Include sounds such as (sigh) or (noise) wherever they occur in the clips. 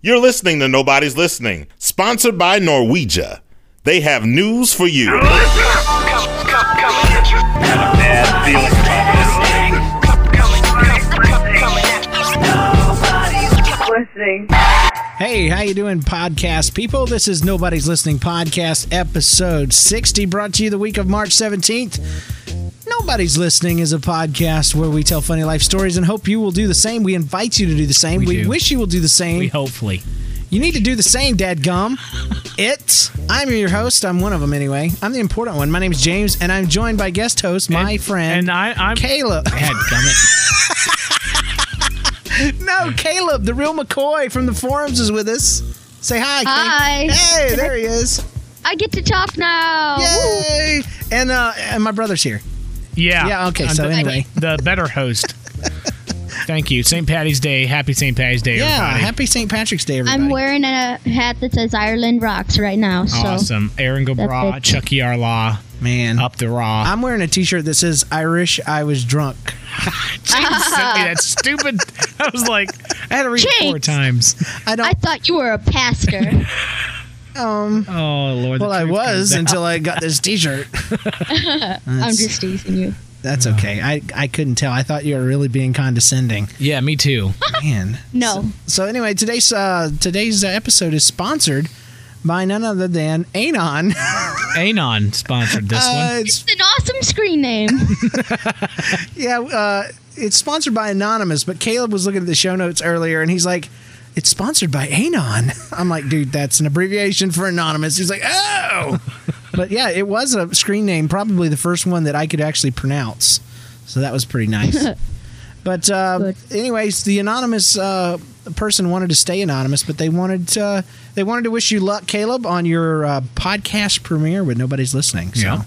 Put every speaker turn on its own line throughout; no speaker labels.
You're listening to Nobody's Listening, sponsored by Norwegia. They have news for you.
listening.
Hey, how you doing, podcast people? This is Nobody's Listening Podcast, episode 60, brought to you the week of March 17th. Nobody's Listening is a podcast where we tell funny life stories and hope you will do the same. We invite you to do the same. We,
do.
wish you will do the same.
We hopefully.
You need to do the same, dadgum. It. I'm your host. I'm one of them anyway. I'm the important one. My name's James, and I'm joined by guest host, my
And-
friend,
And I, I'm
Caleb. (laughs)
God damn it.
no, Caleb, the real McCoy from the forums is with us. Say hi. Caleb.
Hi.
Hey, there he is.
I get to talk now. Woo.
Yay! And uh, and my brother's here.
Yeah.
Yeah, okay,
Ah, I'm
so
the,
anyway.
the better host. Thank you. St. Patty's Day. Happy St. Patty's Day,
Yeah,
everybody.
happy St. Patrick's Day, everybody.
I'm wearing a hat that says Ireland Rocks right now. So
Awesome. Aaron Gabra,
it.
Chucky Arla,
Man,
Up the Raw.
I'm wearing a T-shirt that says "Irish, I was drunk."
James
Ah.
sent me that stupid. (laughs) I was like, I had to read it four
James.
times.
I don't.
(laughs) I thought you were
(laughs)
a pastor.
Oh, Lord. the
well, I
truth comes
was
out.
until I got this T-shirt.
I'm just teasing you.
That's okay. I I couldn't tell. I thought you were really being
(laughs)
condescending.
Yeah, me
(laughs)
too.
Man.
No.
So anyway, today's uh, today's episode is sponsored by none other than Anon.
Anon sponsored this
Uh,
one.
(laughs) it's
It's an awesome screen (laughs) name.
Yeah, uh, it's sponsored by Anonymous, but Caleb was looking at the show notes earlier and he's like, it's sponsored by Anon. (laughs) I'm like, dude, that's an abbreviation for Anonymous. He's like,
(laughs)
oh. but yeah, it was a screen name, probably the first one that I could actually pronounce. So that was pretty nice.
(laughs)
but, uh,
Good.
anyways, the Anonymous uh, person wanted to stay anonymous, but they wanted, uh, they wanted to wish you luck, Caleb, on your uh, podcast premiere with Nobody's Listening. So
Yeah.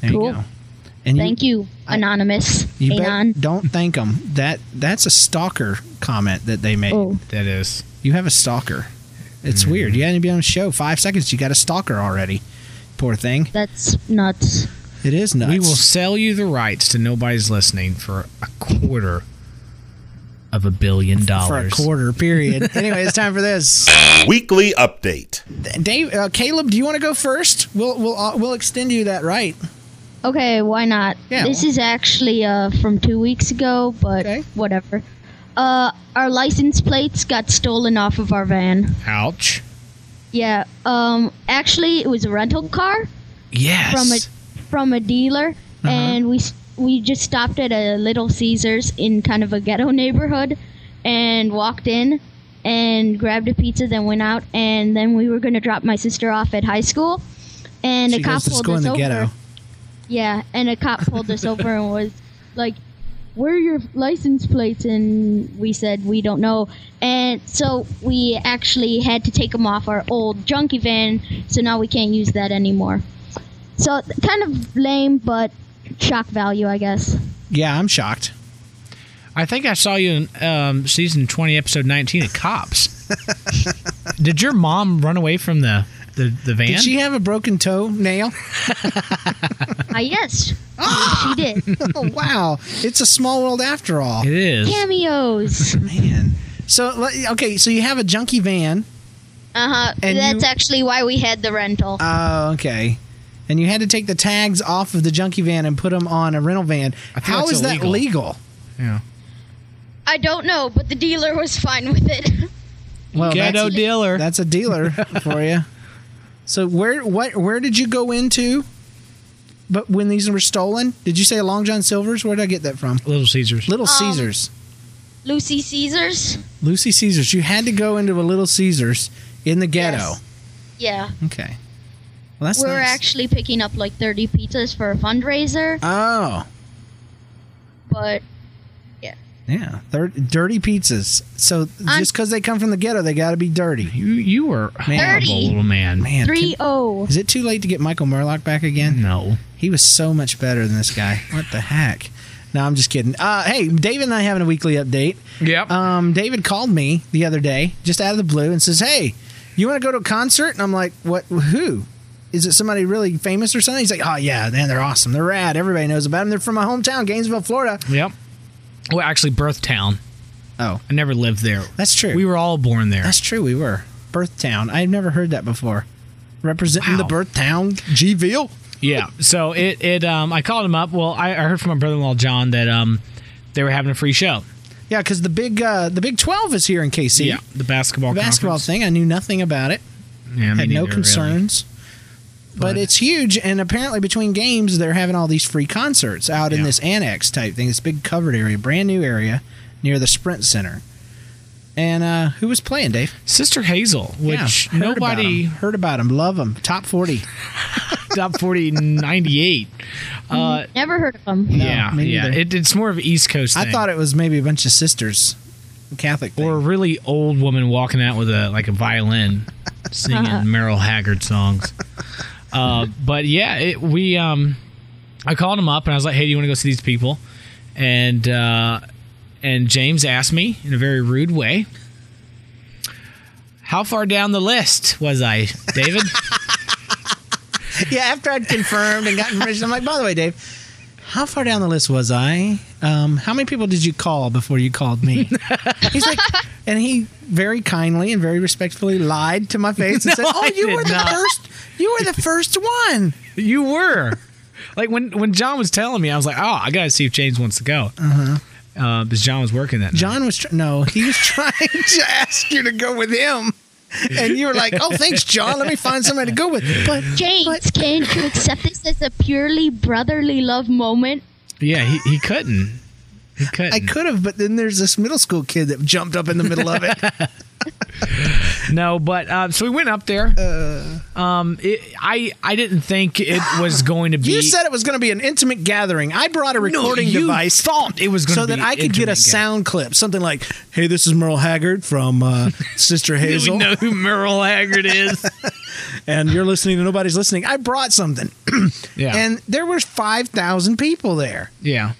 there
Cool.
you go. And
Thank you, Anonymous.
you bet-
Anon.
don't thank them. That that's a stalker comment that they made.
Oh.
That is.
You have a stalker. It's weird. You hadn't been on the show five seconds. You got a stalker already. Poor thing.
That's nuts.
It is nuts.
We will sell you the rights to Nobody's Listening for a quarter of a billion
for a
dollars.
quarter period. anyway, it's time for this.
Weekly update.
Dave, uh, Caleb, do you want to go first? We'll we'll uh, we'll extend you that right.
Okay, why not?
Yeah.
This is actually uh, from two weeks ago, but
Okay.
whatever. Uh, our license plates got stolen off of our van.
Ouch.
Yeah. Um. Actually, it was a rental car.
Yes.
from a from a dealer,
Uh-huh.
and we s- we just stopped at a Little Caesars in kind of a ghetto (laughs) neighborhood, and walked in, and grabbed a pizza, then went out, and then we were gonna drop my sister off at high school, and
She
a cop
goes to
pulled
school in
us
the
over.
ghetto.
Yeah, and a cop pulled us over and was like, "Where are your license plates?" And we said we don't know, and so we actually had to take them off our old junkie van, so now we can't use that anymore. So th- kind of lame, but shock value, I guess.
Yeah, I'm shocked.
I think I saw you in um, season 20, episode 19 of
(laughs)
Cops. Did your mom run away from the, the, the van?
Did she have a broken toe nail?
Ah, yes, (gasps) she did.
oh, (laughs) wow, it's a small world after all.
It is.
Cameos.
Man. So le- okay, so you have a junkie van.
Uh huh.
And
That's
you-
actually why we had the rental.
Oh, okay. And you had to take the tags off of the junkie van and put them on a rental van.
I think
How
that's
is that
illegal.
legal?
Yeah.
I don't know, but the dealer was fine with it. (laughs)
Well,
Ghetto
that's,
dealer.
that's
(laughs)
a dealer for you. So where what where did you go into? But when these were stolen, did you say Long John Silver's? Where did I get that from?
Little Caesars.
Little
Um,
Caesars,
Lucy Caesars.
Lucy Caesars. You had to go into a Little Caesars in the ghetto.
Yes. Yeah.
Okay. Well, that's
we're
nice.
actually picking up like 30 pizzas for a fundraiser,
oh
but
yeah, Thir- dirty pizzas. So
I'm-
just because they come from the ghetto, they got to be dirty.
you you were a horrible
Thirty.
little man.
Man, can-
3 0.
Is it too late to get Michael Murlock back again?
No.
He was so much better than this guy. What the heck? No, I'm just kidding. Uh, hey, David and I having a weekly update.
Yep.
Um, David called me the other day, just out of the blue, and says, "Hey, you want to go to a concert?" And I'm like, "What? Who? Is it somebody really famous or something?" He's like, "Oh yeah, man, they're awesome. They're rad. Everybody knows about them. They're from my hometown, Gainesville, Florida."
yep. Well, actually, Birthtown.
Oh,
I never lived there.
that's true.
We were all born there.
That's true. We were birth town. I had never heard that before. Representing the
Wow.
birth town, Gville.
Yeah. So it it um I called him up. Well, I, I heard from my brother-in-law John that um they were having a free show.
Yeah, because the big uh, the Big Twelve is here in KC.
the basketball
The basketball thing. I knew nothing about it.
thing. Yeah, me
had no
neither, really.
concerns. But
But-
it's huge, and apparently between games they're having all these free concerts out in
Yeah.
this annex type thing, this big covered area, brand new area near the Sprint Center. And uh, who was playing, Dave?
Sister Hazel, which
Yeah, heard about
nobody
'em,
(laughs)
heard about him. Love him. Top forty.
top 40 98. Uh,
Never heard of them.
(laughs) yeah,
me
yeah.
neither.
It, it's more of East Coast.
I
thing.
thought it was maybe a bunch of sisters, Catholic. Thing.
or a really old woman walking out with a like a (laughs) violin, singing Merrill Haggard songs. Uh, but yeah, it, we um, I called him up and I was like, "Hey, do you want to go see these people?" And uh, and James asked me in a very rude way, "How far down the list was I, David?" (laughs)
yeah, after I'd confirmed and gotten permission, I'm like, by the way, Dave, how far down the list was I? Um, how many people did you call before you
(laughs)
called me? He's like, and he very kindly and very respectfully lied to my face and said,
No,
"Oh,
I
you
did
were the
not."
first. You
(laughs)
were the first one."
you
(laughs)
were. Like when when John was telling me, I was like, "Oh, I gotta see if James wants to go." Uh-huh. because John was working that. night.
John was tr- no, he was trying to ask you to go with him. And you were like, "Oh, thanks, John. Let me find somebody to go with." But
James, can you accept this as a purely brotherly love moment?
Yeah, he, he couldn't. He couldn't.
I could have. But then there's this middle school kid that jumped up in the middle of it.
No, but uh, so we went up there.
Uh.
um, it, I I didn't think it was going to be. (laughs)
You said it was going to be an intimate gathering. I brought a
No,
recording
you
device.
thought it was gonna
so
be
that I could get a
intimate gathering.
sound clip, something like, "Hey, this is Merle Haggard
(laughs)
from uh, Sister
Do we
Hazel,
know who Merle Haggard is?
and you're listening to Nobody's Listening." I brought something,
yeah,
(laughs) and there were five thousand people there.
yeah.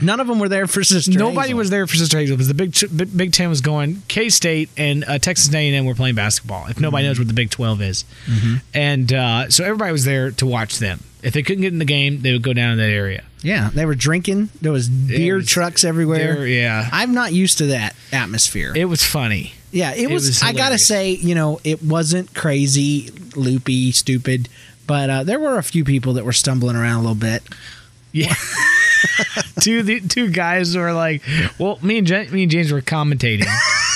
None of them were there for Sister.
Nobody
Hazel.
was there for Sister Hazel because the Big Ch- B- Big Ten was going. K State and uh, Texas A and M were playing basketball. If
Mm-hmm.
nobody knows what the Big Twelve is, and uh, so everybody was there to watch them. If they couldn't get in the game, they would go down to that area.
Yeah, they were drinking. There was beer
was-
trucks everywhere.
there- yeah.
I'm not used to that atmosphere.
It was
(laughs)
funny.
Yeah, it, was.
was
I gotta
hilarious.
say, you know, it wasn't crazy, loopy, stupid, but uh, there were a few people that were stumbling around a little bit.
Yeah. (laughs) two the two guys were like, well, me and Jen, me and James were commentating.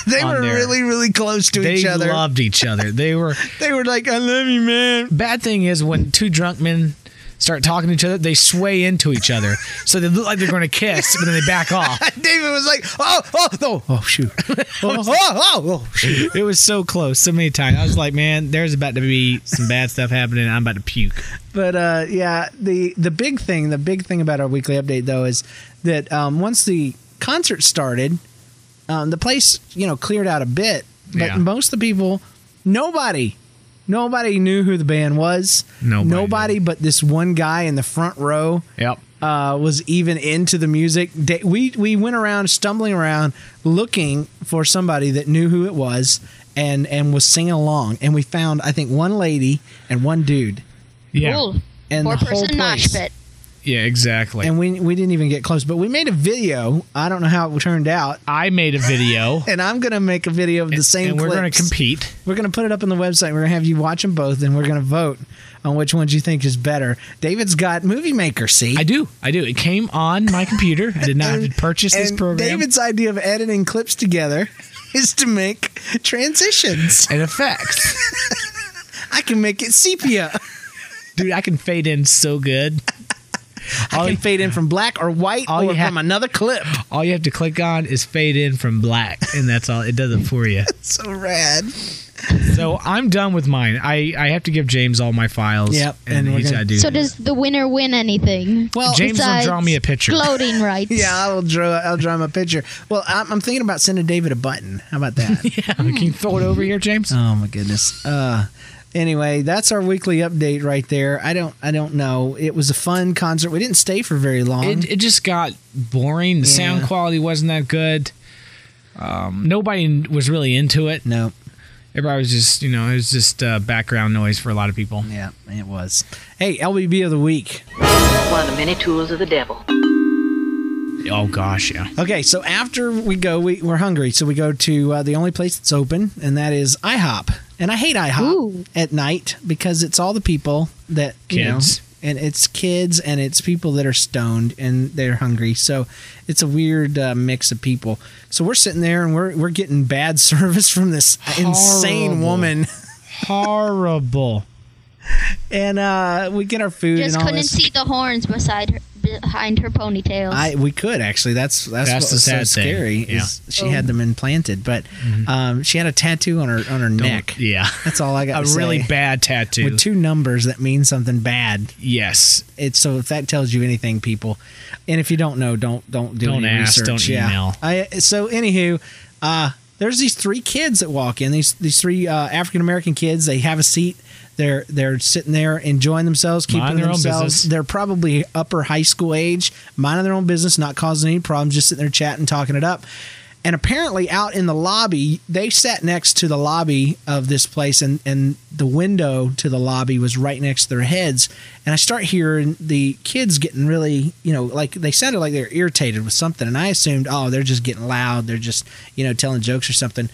They
On
were
there.
really, really close (laughs) to
they
each other.
loved each other. They were.
they were like, "I love you, man." (laughs)
Bad thing is when two drunk men start talking to each other, they sway into each other, so they look like they're going to kiss, but then they back off.
David was like, "Oh, oh, oh, oh, shoot, (laughs) oh, oh, oh, oh, shoot."
It was so close, so many times. I was like, man, there's about to be some bad stuff happening. I'm about to puke.
But uh, yeah, the the big thing, the big thing about our weekly update though is that um, once the concert started, um, the place you know cleared out a bit, but
Yeah.
most of the people, nobody, nobody knew who the band was.
Nobody
nobody but this one guy in the front row.
Yep.
uh, was even into the music. Da- We we went around stumbling around looking for somebody that knew who it was and and was singing along. And we found I think one lady and one dude.
Yeah.
Cool.
And the
Four
whole
person mosh
place.
pit.
Yeah. Exactly.
And we we didn't even get close, but we made a video. I don't know how it turned out.
I made a video.
And I'm gonna make a video of the same.
and we're going to
clips.
compete.
We're gonna put it up on the website. We're gonna have you watch them both, and we're gonna vote on which ones you think is better. David's got Movie Maker. See,
I do. I do. It came on my computer. I did not have to purchase this
And
program.
David's idea of editing clips together (laughs) is to make transitions.
and effects.
I can make it sepia. (laughs)
Dude, I can fade in so good.
I can fade in from black or white
all
or
you ha-
from another clip.
All you have to click on is fade in from black, and that's all. It does it for you.
So rad.
So I'm done with mine. I, I have to give James all my files.
Yep,
and,
and we're
he's
gonna-
got to do.
So
(laughs)
does the winner win anything?
Well,
James will draw me a picture.
(laughs)
Floating rights.
Yeah, I'll draw. I'll draw my picture. Well, I'm, I'm thinking about sending David a button. How about
(laughs)
that?
yeah, can
Hmm.
you throw it over here, James?
oh my goodness. Uh, anyway, that's our weekly update right there. I don't. I don't know. It was a fun concert. We didn't stay for very long.
It, it just got boring. The sound
Yeah.
quality wasn't that good. Um, nobody was really into it.
no.
Everybody was just, you know, it was just uh, background noise for a lot of people.
Yeah, it was. Hey, LBB of the week.
One of the many tools of the devil.
Oh gosh, yeah.
Okay, so after we go, we, we're hungry, so we go to uh, the only place that's open, and that is IHOP. And I hate IHOP
Ooh.
at night because it's all the people that you know,
Kids.
and it's kids and it's people that are stoned and they're hungry. So it's a weird uh, mix of people. So we're sitting there and we're we're getting bad (laughs) service from this insane
Horrible.
woman,
Horrible.
and uh, we get our food
Just
and all
couldn't
this.
see the horns beside her, behind her ponytails.
I we could actually. That's that's,
That's
what
the
was
sad
so
thing.
scary.
Yeah. Mm-hmm.
Is she had them implanted, but um, she had a tattoo on her on her neck.
Yeah.
That's all I got.
A
to
really
say.
bad tattoo.
with two numbers that mean something bad.
yes.
It's so if that tells you anything, people, and if you don't know, don't don't do
Don't
any
ask,
research.
don't
yeah.
email.
I, so anywho, uh, there's these three kids that walk in. These these three uh, African American kids. They have a seat. They're they're sitting there enjoying themselves, keeping
Mind their own
themselves.
business.
they're probably upper high school age, minding their own business, not causing any problems, just sitting there chatting, talking it up. And apparently, out in the lobby, they sat next to the lobby of this place, and, and the window to the lobby was right next to their heads. And I start hearing the kids getting really, you know, like they sounded like they were irritated with something. And I assumed, oh, they're just getting loud. They're just, you know, telling jokes or something.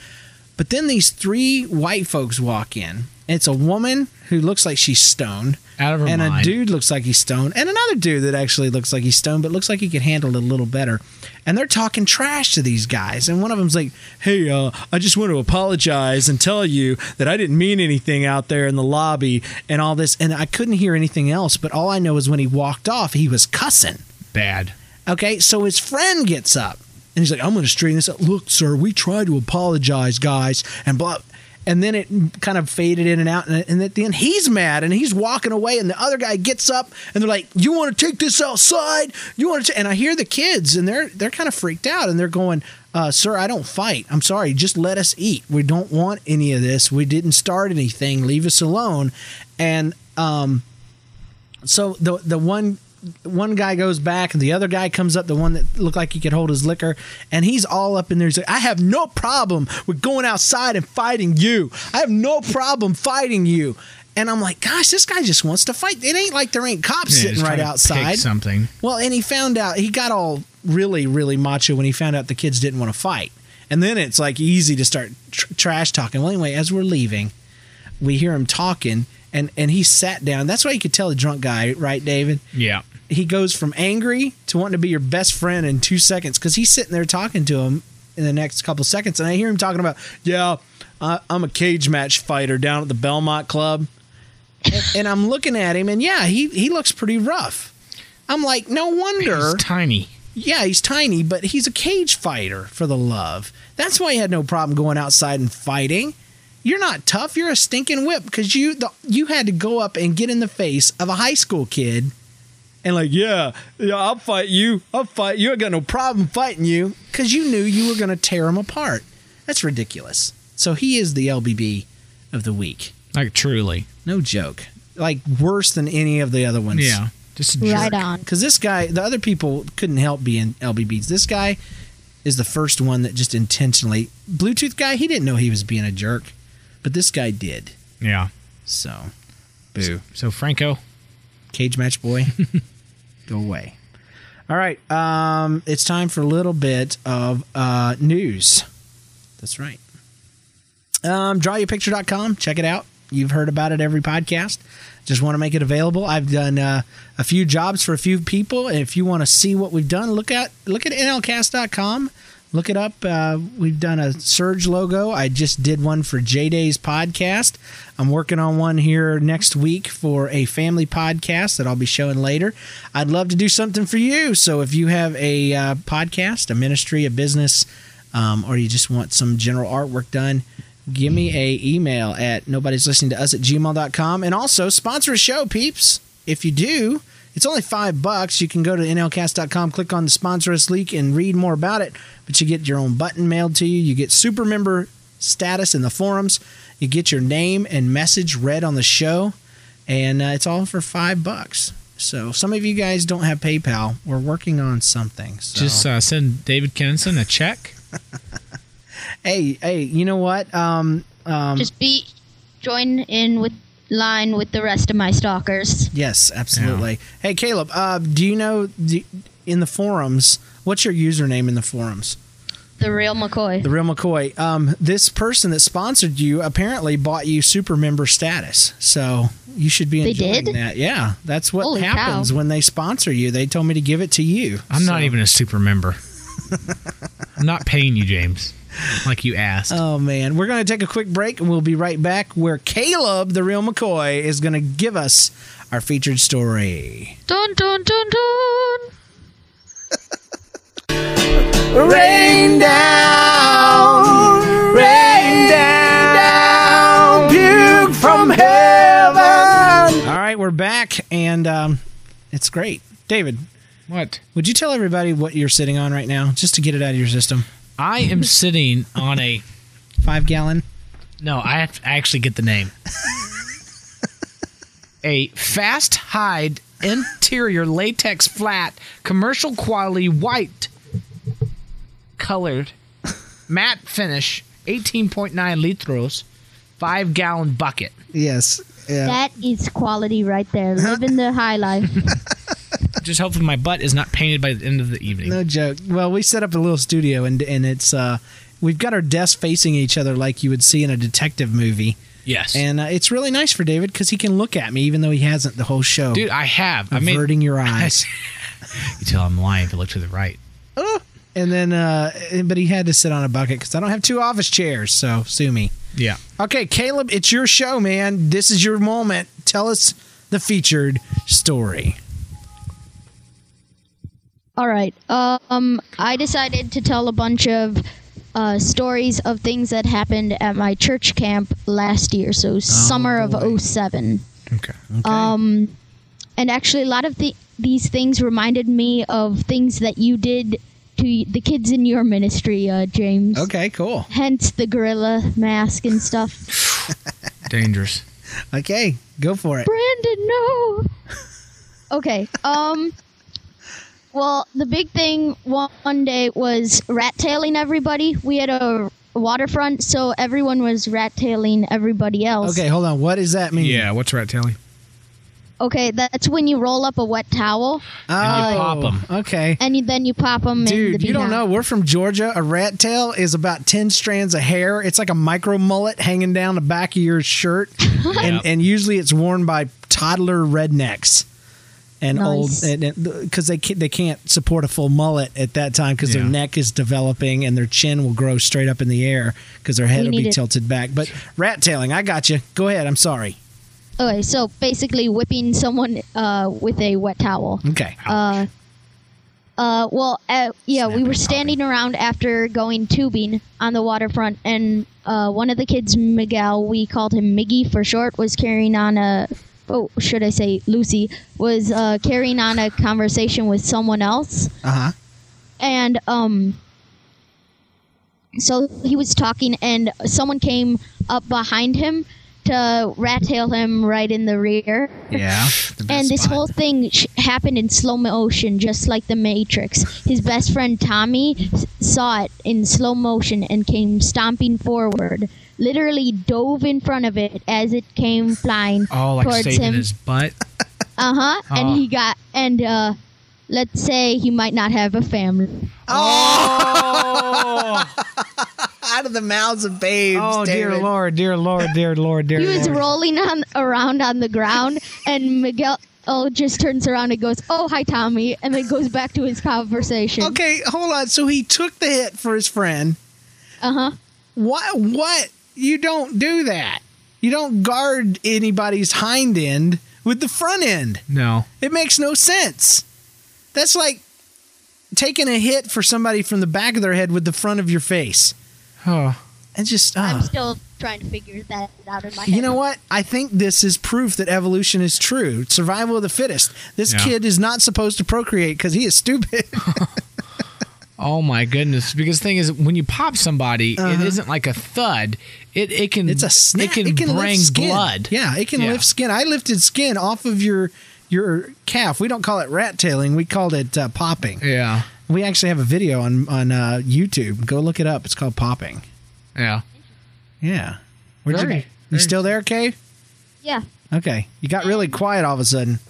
But then these three white folks walk in. It's a woman who looks like she's stoned.
Out of her
And a
mind.
dude looks like he's stoned. And another dude that actually looks like he's stoned, but looks like he could handle it a little better. And they're talking trash to these guys. And one of them's like, hey, uh, I just want to apologize and tell you that I didn't mean anything out there in the lobby and all this. And I couldn't hear anything else. But all I know is when he walked off, he was cussing.
Bad.
Okay, so his friend gets up and he's like, "I'm going to straighten this up. Look, sir, we tried to apologize, guys, and blah." And then it kind of faded in and out, and, and at the end, he's mad and he's walking away, and the other guy gets up and they're like, "You want to take this outside? You want to?" And I hear the kids, and they're they're kind of freaked out, and they're going. Uh, sir, I don't fight. I'm sorry. Just let us eat. We don't want any of this. We didn't start anything. Leave us alone. And so the the one one guy goes back and the other guy comes up the one that looked like he could hold his liquor and he's all up in there he's like i have no problem with going outside and fighting you i have no problem fighting you and i'm like gosh this guy just wants to fight it ain't like there ain't cops
Yeah,
sitting
just
right
trying to pick
outside
Something.
well, and he found out he got all really, really macho when he found out the kids didn't want to fight. And then it's like easy to start tr- trash talking. Well, anyway, as we're leaving, we hear him talking, and and he sat down. That's why you could tell the drunk guy, right, David?
Yeah.
He goes from angry to wanting to be your best friend in two seconds because he's sitting there talking to him in the next couple seconds, and I hear him talking about, yeah, I, I'm a cage match fighter down at the Belmont Club and, and I'm looking at him, and yeah, he he looks pretty rough. I'm like, no
(laughs)
wonder.
He's tiny.
yeah, he's tiny, but he's a cage fighter for the love. That's why he had no problem going outside and fighting. You're not tough. You're a stinking whip because you the, you had to go up and get in the face of a high school kid, and like, yeah, yeah, I'll fight you. I'll fight you. I got no problem fighting you because you knew you were gonna tear him apart. That's ridiculous. So he is the LBB of the week.
Like truly.
No joke. Like worse than any of the other ones.
Yeah. Just a jerk.
right on.
Because this guy, the other people couldn't help being LBBs. This guy is the first one that just intentionally. Bluetooth guy, he didn't know he was being a jerk, but this guy did.
Yeah.
So, boo.
So Franco.
Cage match boy, go away. All right. Um, it's time for a little bit of uh, news. That's right. Um, drawyourpicture.com. Check it out. You've heard about it every podcast. Just want to make it available. I've done uh, a few jobs for a few people. And if you want to see what we've done, look at look at nlcast.com. Look it up. Uh, we've done a Surge logo. I just did one for J Day's podcast. I'm working on one here next week for a family podcast that I'll be showing later. I'd love to do something for you. So if you have a uh, podcast, a ministry, a business, um, or you just want some general artwork done, give me a email at nobody's listening to us at gmail.com. And also sponsor a show, peeps. If you do, it's only five bucks. You can go to nlcast.com, click on the sponsor us link, and read more about it. But you get your own button mailed to you. You get super member status in the forums. You get your name and message read on the show and uh, it's all for five bucks. So some of you guys don't have PayPal. We're working on something. So.
Just uh, send David Kenson a check.
hey, hey, you know what? Um,
Just be join in with line with the rest of my stalkers.
yes, absolutely. Hey, Caleb, uh, do you know do, in the forums What's your username in the forums?
The real McCoy.
The real McCoy. Um, this person that sponsored you apparently bought you super member status, so you should be
They
enjoying
did?
that. Yeah, that's what
Holy
happens
cow.
when they sponsor you. They told me to give it to you.
I'm not even a super member. I'm not paying you, James, like you asked.
Oh man, we're going to take a quick break and we'll be right back where Caleb, the real McCoy, is going to give us our featured story.
dun dun dun dun.
Rain down, rain down, puke from heaven. All right, we're back and um, it's great. David,
what?
would you tell everybody what you're sitting on right now just to get it out of your system?
I am
(laughs)
sitting on a.
Five gallon?
No, I have to I actually get the
(laughs)
name. a fast hide interior latex flat commercial quality white colored matte finish 18.9 litros 5 gallon bucket
(laughs) Yes. Yeah.
That is quality right
(laughs)
there. Living the high life.
just hopefully my butt is not painted by the end of the evening
No joke. Well, we set up a little studio, and and it's uh, we've got our desks facing each other like you would see in a detective movie,
yes
and uh, it's really nice for David because he can look at me even though he hasn't the whole show.
dude i have i mean
averting your eyes,
you tell i'm lying if i look to the right
(laughs) and then uh, but he had to sit on a bucket because I don't have two office chairs, so sue me.
yeah
Okay, Caleb, it's your show, man. This is your moment. Tell us the featured story.
All right. Um, I decided to tell a bunch of uh, stories of things that happened at my church camp last year, so summer
Oh, boy.
of 07.
Okay. Um.
And actually, a lot of the, these things reminded me of things that you did to the kids in your ministry, uh, James.
Okay. Cool.
Hence the gorilla mask and stuff.
dangerous
Okay. Go for it.
Brandon, no. Okay. Um. Well, the big thing one one day was rat tailing everybody. We had a waterfront, so everyone was rat tailing everybody else.
Okay. Hold on. What does that mean?
what's rat tailing
Okay, that's when you roll up a wet towel
And you
Oh,
pop 'em.
Okay.
and you, then you pop them. in
Dude,
the
you don't
beehive.
know. We're from Georgia. A rat tail is about 10 strands of hair. It's like a micro mullet hanging down the back of your
(laughs)
shirt.
Yep.
and, and usually it's worn by toddler rednecks and
Nice.
old because they, ca- they can't support a full mullet at that time because their
Yeah.
neck is developing and their chin will grow straight up in the air because their head
We
will be
need it.
tilted back. But rat tailing, I got you. Go ahead. I'm sorry.
Okay, so basically whipping someone uh, with a wet towel.
Okay.
Uh, uh, well, uh, yeah, we
Snapping,
were standing around after going tubing on the waterfront, and uh, one of the kids, Miguel, we called him Miggy for short, was carrying on a, oh, should I say Lucy, was uh, carrying on a conversation with someone else
Uh huh.
and um so he was talking and someone came up behind him to rat tail him right in the rear
(laughs) Yeah.
and this whole thing sh- happened in slow motion just like the matrix his best friend tommy s- saw it in slow motion and came stomping forward literally dove in front of it as it came flying
oh like
towards
saving
him
his butt
uh-huh
Oh.
and he got and uh let's say he might not have a family
Out of the mouths of babes.
Oh dear
David.
lord, dear lord, dear lord,
(laughs)
dear
He was
lord.
rolling on around on the ground, and Miguel oh, just turns around and goes, "Oh, hi, Tommy," and then goes back to his conversation.
Okay, hold on. So he took the hit for his friend.
Uh huh.
What? What? You don't do that. You don't guard anybody's hind end with the front end.
no.
It makes no sense. That's like taking a hit for somebody from the back of their head with the front of your face.
Oh.
And just,
I'm
uh,
still trying to figure that out in my head.
you know what? I think this is proof that evolution is true. Survival of the fittest. This
Yeah.
kid is not supposed to procreate because he is stupid. (laughs)
Oh my goodness. Because the thing is when you pop somebody, it isn't like a thud. It it can
Uh-huh. It's a snap.
It can, bring
lift skin.
blood.
Yeah, it can
Yeah.
lift skin. I lifted skin off of your your calf. We don't call it rat tailing. We called it uh, popping.
Yeah.
We actually have a video on on uh, YouTube. Go look it up. It's called popping.
Yeah.
Yeah. Where'd you-
Very-
you still there, Kay?
Yeah.
Okay. You got really quiet all of a sudden.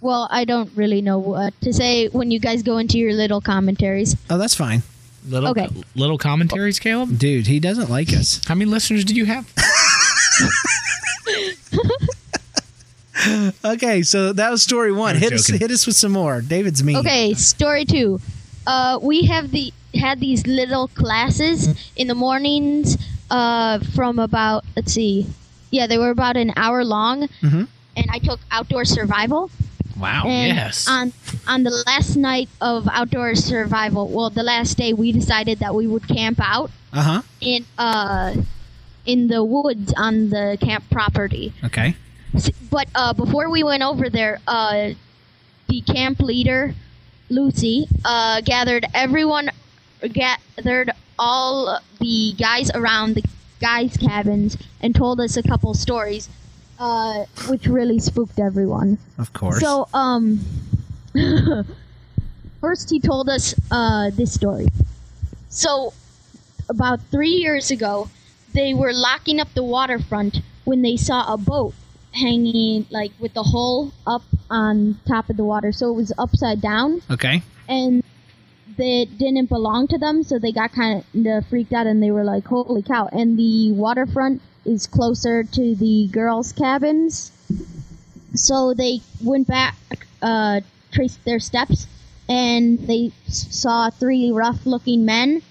Well, I don't really know what to say when you guys go into your little commentaries.
Oh, that's fine.
Little,
Okay.
little commentaries, Caleb.
Dude, he doesn't like us.
How many listeners do you have?
Okay, so that was story one.
I'm
Hit us,
joking.
hit us with some more. David's mean.
Okay, story two. Uh, we have the had these little classes in the mornings uh, from about let's see, yeah, they were about an hour long, and I took outdoor survival.
Wow.
And
yes.
on on the last night of outdoor survival, well, the last day, we decided that we would camp out
Uh huh.
in uh in the woods on the camp property.
Okay.
S- But uh, before we went over there, uh, the camp leader, Lucy, uh, gathered everyone, gathered all the guys around the guys' cabins and told us a couple stories, uh, which really spooked everyone.
Of course.
So, um, (laughs) first he told us uh, this story. So, about three years ago, they were locking up the waterfront when they saw a boat hanging, like with the hull up on top of the water. So it was upside down,
okay.
and they didn't belong to them. So they got kind of freaked out, and they were like, "Holy cow!" And the waterfront is closer to the girls' cabins so they went back, uh, traced their steps, and they s- saw three rough looking men,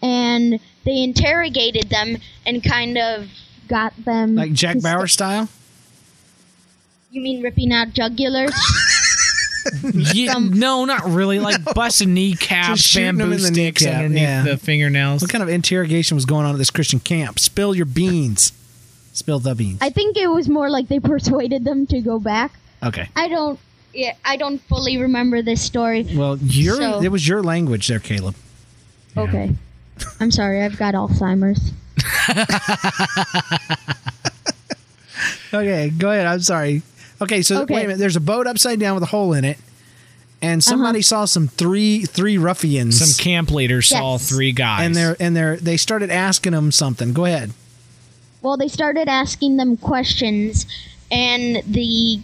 and they interrogated them and kind of got them.
Like Jack
(laughs) to st-
Bauer style.
You mean ripping out jugulars?
Yeah, no, not really. Like
(laughs)
busting kneecaps,
Just shooting 'em
bamboo
in the
sticks
kneecap,
underneath
yeah.
the fingernails.
What kind of interrogation was going on at this Christian camp? Spill your beans. Spill the beans.
I think it was more like they persuaded them to go back.
okay.
I don't. Yeah, I don't fully remember this story.
Well, your
So-
it was your language there, Caleb.
Okay. (laughs) I'm sorry, I've got Alzheimer's.
Okay, go ahead. I'm sorry. Okay, so
Okay. Uh-huh.
wait a minute. There's a boat upside down with a hole in it, and somebody saw some three three ruffians.
Some camp leader saw
Yes.
three guys.
and they're and they're they started asking them something. Go ahead.
Well, they started asking them questions, and the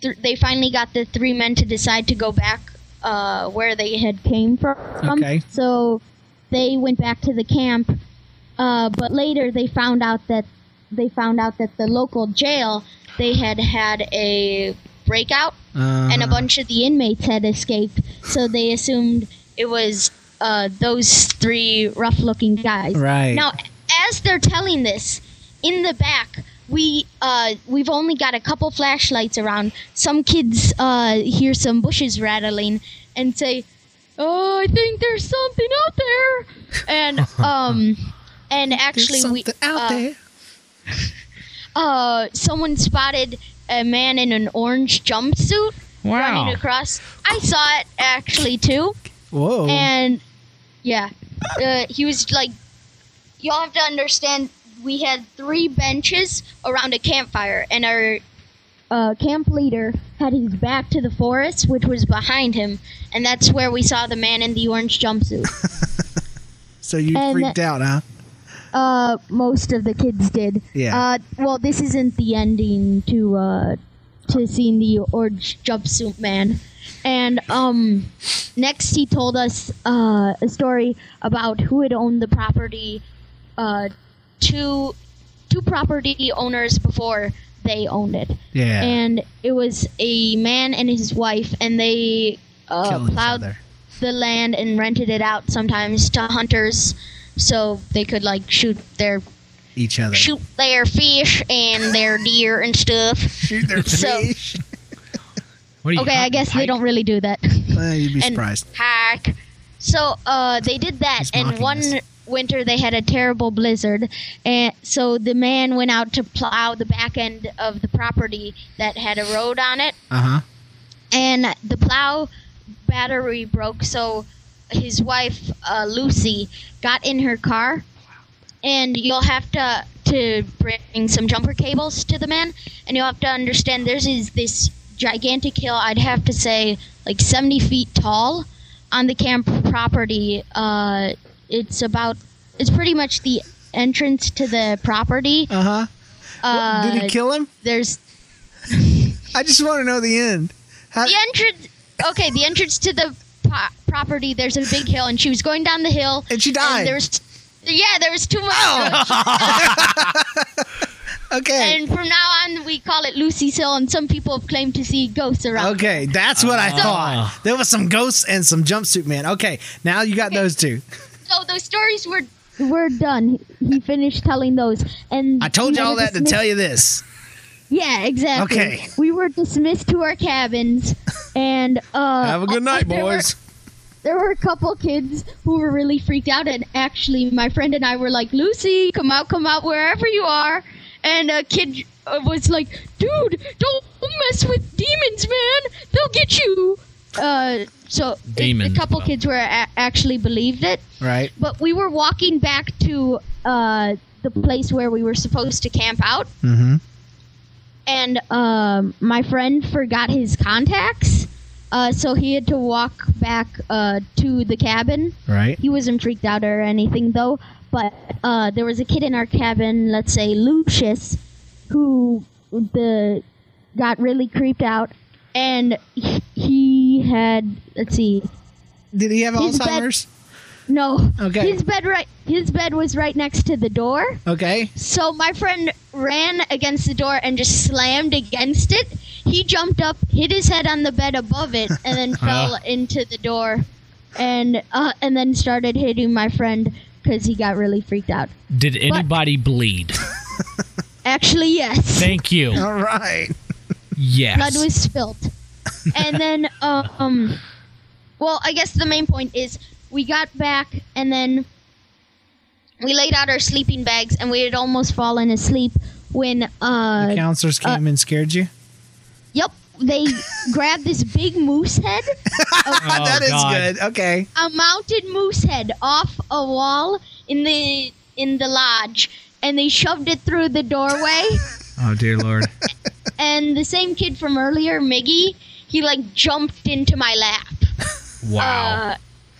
th- they finally got the three men to decide to go back uh, where they had came from.
Okay.
So they went back to the camp, uh, but later they found out that they found out that the local jail they had had a breakout,
Uh,
and a bunch of the inmates had escaped. So they assumed it was uh, those three rough-looking guys.
Right.
Now, as they're telling this, in the back, we uh, we've only got a couple flashlights around. Some kids uh, hear some bushes rattling and say, "Oh, I think there's something out there."
(laughs)
And um, and
There's
actually, we
something out
uh,
there.
uh, someone spotted a man in an orange jumpsuit
wow.
running across. I saw it actually too.
Whoa.
And yeah, uh, he was like, y'all have to understand, we had three benches around a campfire, and our uh, camp leader had his back to the forest, which was behind him, and that's where we saw the man in the orange jumpsuit.
so you
and-
freaked out, huh?
uh, most of the kids did.
Yeah.
Uh, well, this isn't the ending to uh, to seeing the orange jumpsuit man. And um, next, he told us uh, a story about who had owned the property. Uh, two two property owners before they owned it.
Yeah.
And it was a man and his wife, and they uh,
Killing each
plowed
other.
the land and rented it out sometimes to hunters so they could like shoot their
Each
(laughs)
other.
shoot their fish and their deer and stuff.
Shoot their
So-
fish.
What are you
Okay, I
hunting,
guess they
Pike?
don't really
(laughs)
do that.
Uh, (laughs) you'd be
and
surprised.
hack. So uh, they did that,
He's
and
mocking
one
us.
winter they had a terrible blizzard, and so the man went out to plow the back end of the property that had a road on it,
Uh huh.
and the plow battery broke so his wife uh, lucy got in her car and you'll have to to bring some jumper cables to the man and you'll have to understand there's is this gigantic hill i'd have to say like 70 feet tall on the camp property uh, it's about it's pretty much the entrance to the property
Uh huh.
uh,
Did he kill him?
there's
I just want to know the end. How-
the entrance. Okay, the entrance to the po- property. There's a big hill, and she was going down the hill,
And she died. Oh,
there was, yeah, there was too much. noise.
okay.
And from now on, we call it Lucy's Hill, and some people have claimed to see ghosts around.
Okay, that's what
Ah.
I thought. There was some ghosts and some jumpsuit men. Okay, now you got those two.
So those stories were were done. He finished telling those, and
I told
we
you all
were
that to
dismissed-
tell you this.
Yeah, exactly.
Okay.
We were dismissed to our cabins, and uh,
Have a good night,
there were-
boys.
there were a couple kids who were really freaked out, and actually, my friend and I were like, "Lucy, come out, come out, wherever you are." And a kid uh, was like, "Dude, don't mess with demons, man. They'll get you." Uh, so the-
Demons,
a couple
though.
kids were a- actually believed it,
Right.
but we were walking back to uh, the place where we were supposed to camp out,
Mm-hmm.
and um, my friend forgot his contacts, uh, so he had to walk back uh, to the cabin.
Right.
He wasn't freaked out or anything though, but uh, there was a kid in our cabin, let's say Lucius, who the got really creeped out, and he- he had let's see,
Did he have
He's dead.
Alzheimer's?
no,
Okay.
his bed right, his bed was right next to the door.
Okay.
So my friend ran against the door and just slammed against it. He jumped up, hit his head on the bed above it, and then fell into the door, and uh, and then started hitting my friend because he got really freaked out.
Did anybody bleed?
(laughs) Actually, yes,
Thank you.
All right.
blood
Yes.
was spilled, and then um, well, I guess the main point is we got back and then we laid out our sleeping bags, and we had almost fallen asleep when uh.
The counselors came and scared
(laughs)
you. (laughs)
Yep, they grabbed this big moose head,
Oh,
that is
God.
good. Okay.
a mounted moose head off a wall in the in the lodge, and they shoved it through the doorway.
Oh dear
(laughs)
lord.
Uh, and the same kid from earlier, Miggy, he like jumped into my lap
Wow.
uh,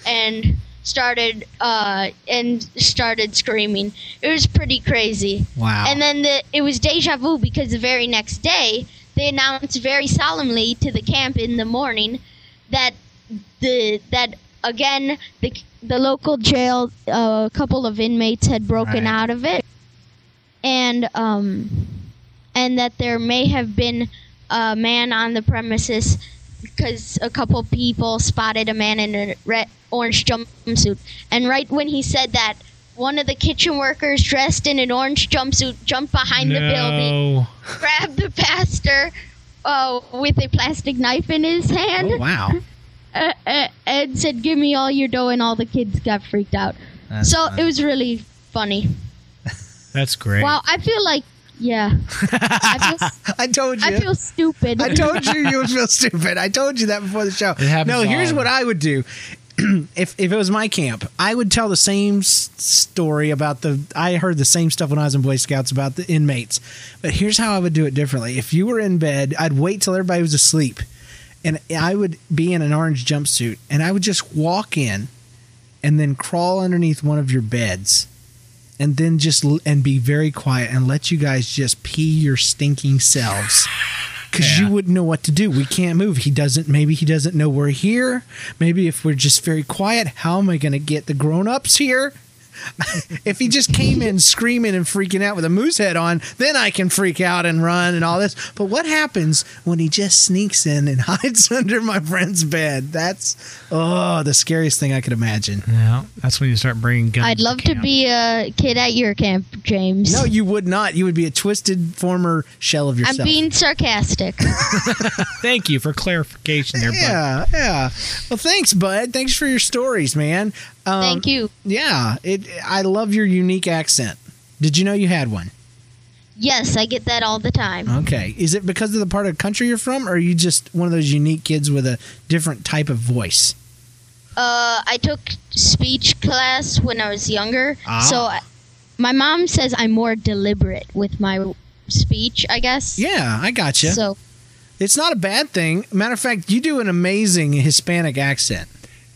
and started uh, and started screaming. It was pretty crazy.
wow.
And then the, it was deja vu because the very next day they announced very solemnly to the camp in the morning that the that again the the local jail uh, a couple of inmates had broken
Right.
out of it and um and that there may have been a man on the premises because a couple people spotted a man in a red orange jumpsuit and right when he said that one of the kitchen workers dressed in an orange jumpsuit jumped behind the building
no.
grabbed the pastor uh, with a plastic knife in his hand
Oh, wow.
uh, uh, Ed said, "Give me all your dough," and all the kids got freaked out.
That's
so
fun.
it was really funny.
That's great.
Wow, I feel like
(laughs)
yeah, I feel, s-
I told you.
I feel stupid.
I told you you would feel stupid. I told you that before the show.
happens
no,
to all
here's
of
what
us.
I would do. (clears throat) if if it was my camp, I would tell the same s- story about the. I heard the same stuff when I was in Boy Scouts about the inmates, but here's how I would do it differently. If you were in bed, I'd wait till everybody was asleep, and I would be in an orange jumpsuit, and I would just walk in, and then crawl underneath one of your beds. And then just l- and be very quiet and let you guys just pee your stinking selves because
Yeah.
you wouldn't know what to do. We can't move. He doesn't. Maybe he doesn't know we're here. Maybe if we're just very quiet, how am I going to get the grown-ups here? (laughs) if he just came in screaming and freaking out with a moose head on, then I can freak out and run and all this. But what happens when he just sneaks in and (laughs) hides under my friend's bed? That's oh, the scariest thing I could imagine.
Yeah, that's when you start bringing guns.
I'd love to
camp.
be a kid at your camp, James.
No, you would not. You would be a twisted former shell of
I'm
yourself.
being sarcastic.
Thank you for clarification there, bud.
yeah, yeah. Well, thanks, bud. Thanks for your stories, man. Um,
Thank you.
Yeah, it. I love your unique accent. Did you know you had one?
Yes, I get that all the time.
Okay. Is it because of the part of the country you're from, or are you just one of those unique kids with a different type of voice?
Uh, I took speech class when I was younger,
Ah.
so I, my mom says I'm more deliberate with my speech. I guess.
Yeah, I gotcha.
So
it's not a bad thing. Matter of fact, you do an amazing Hispanic accent.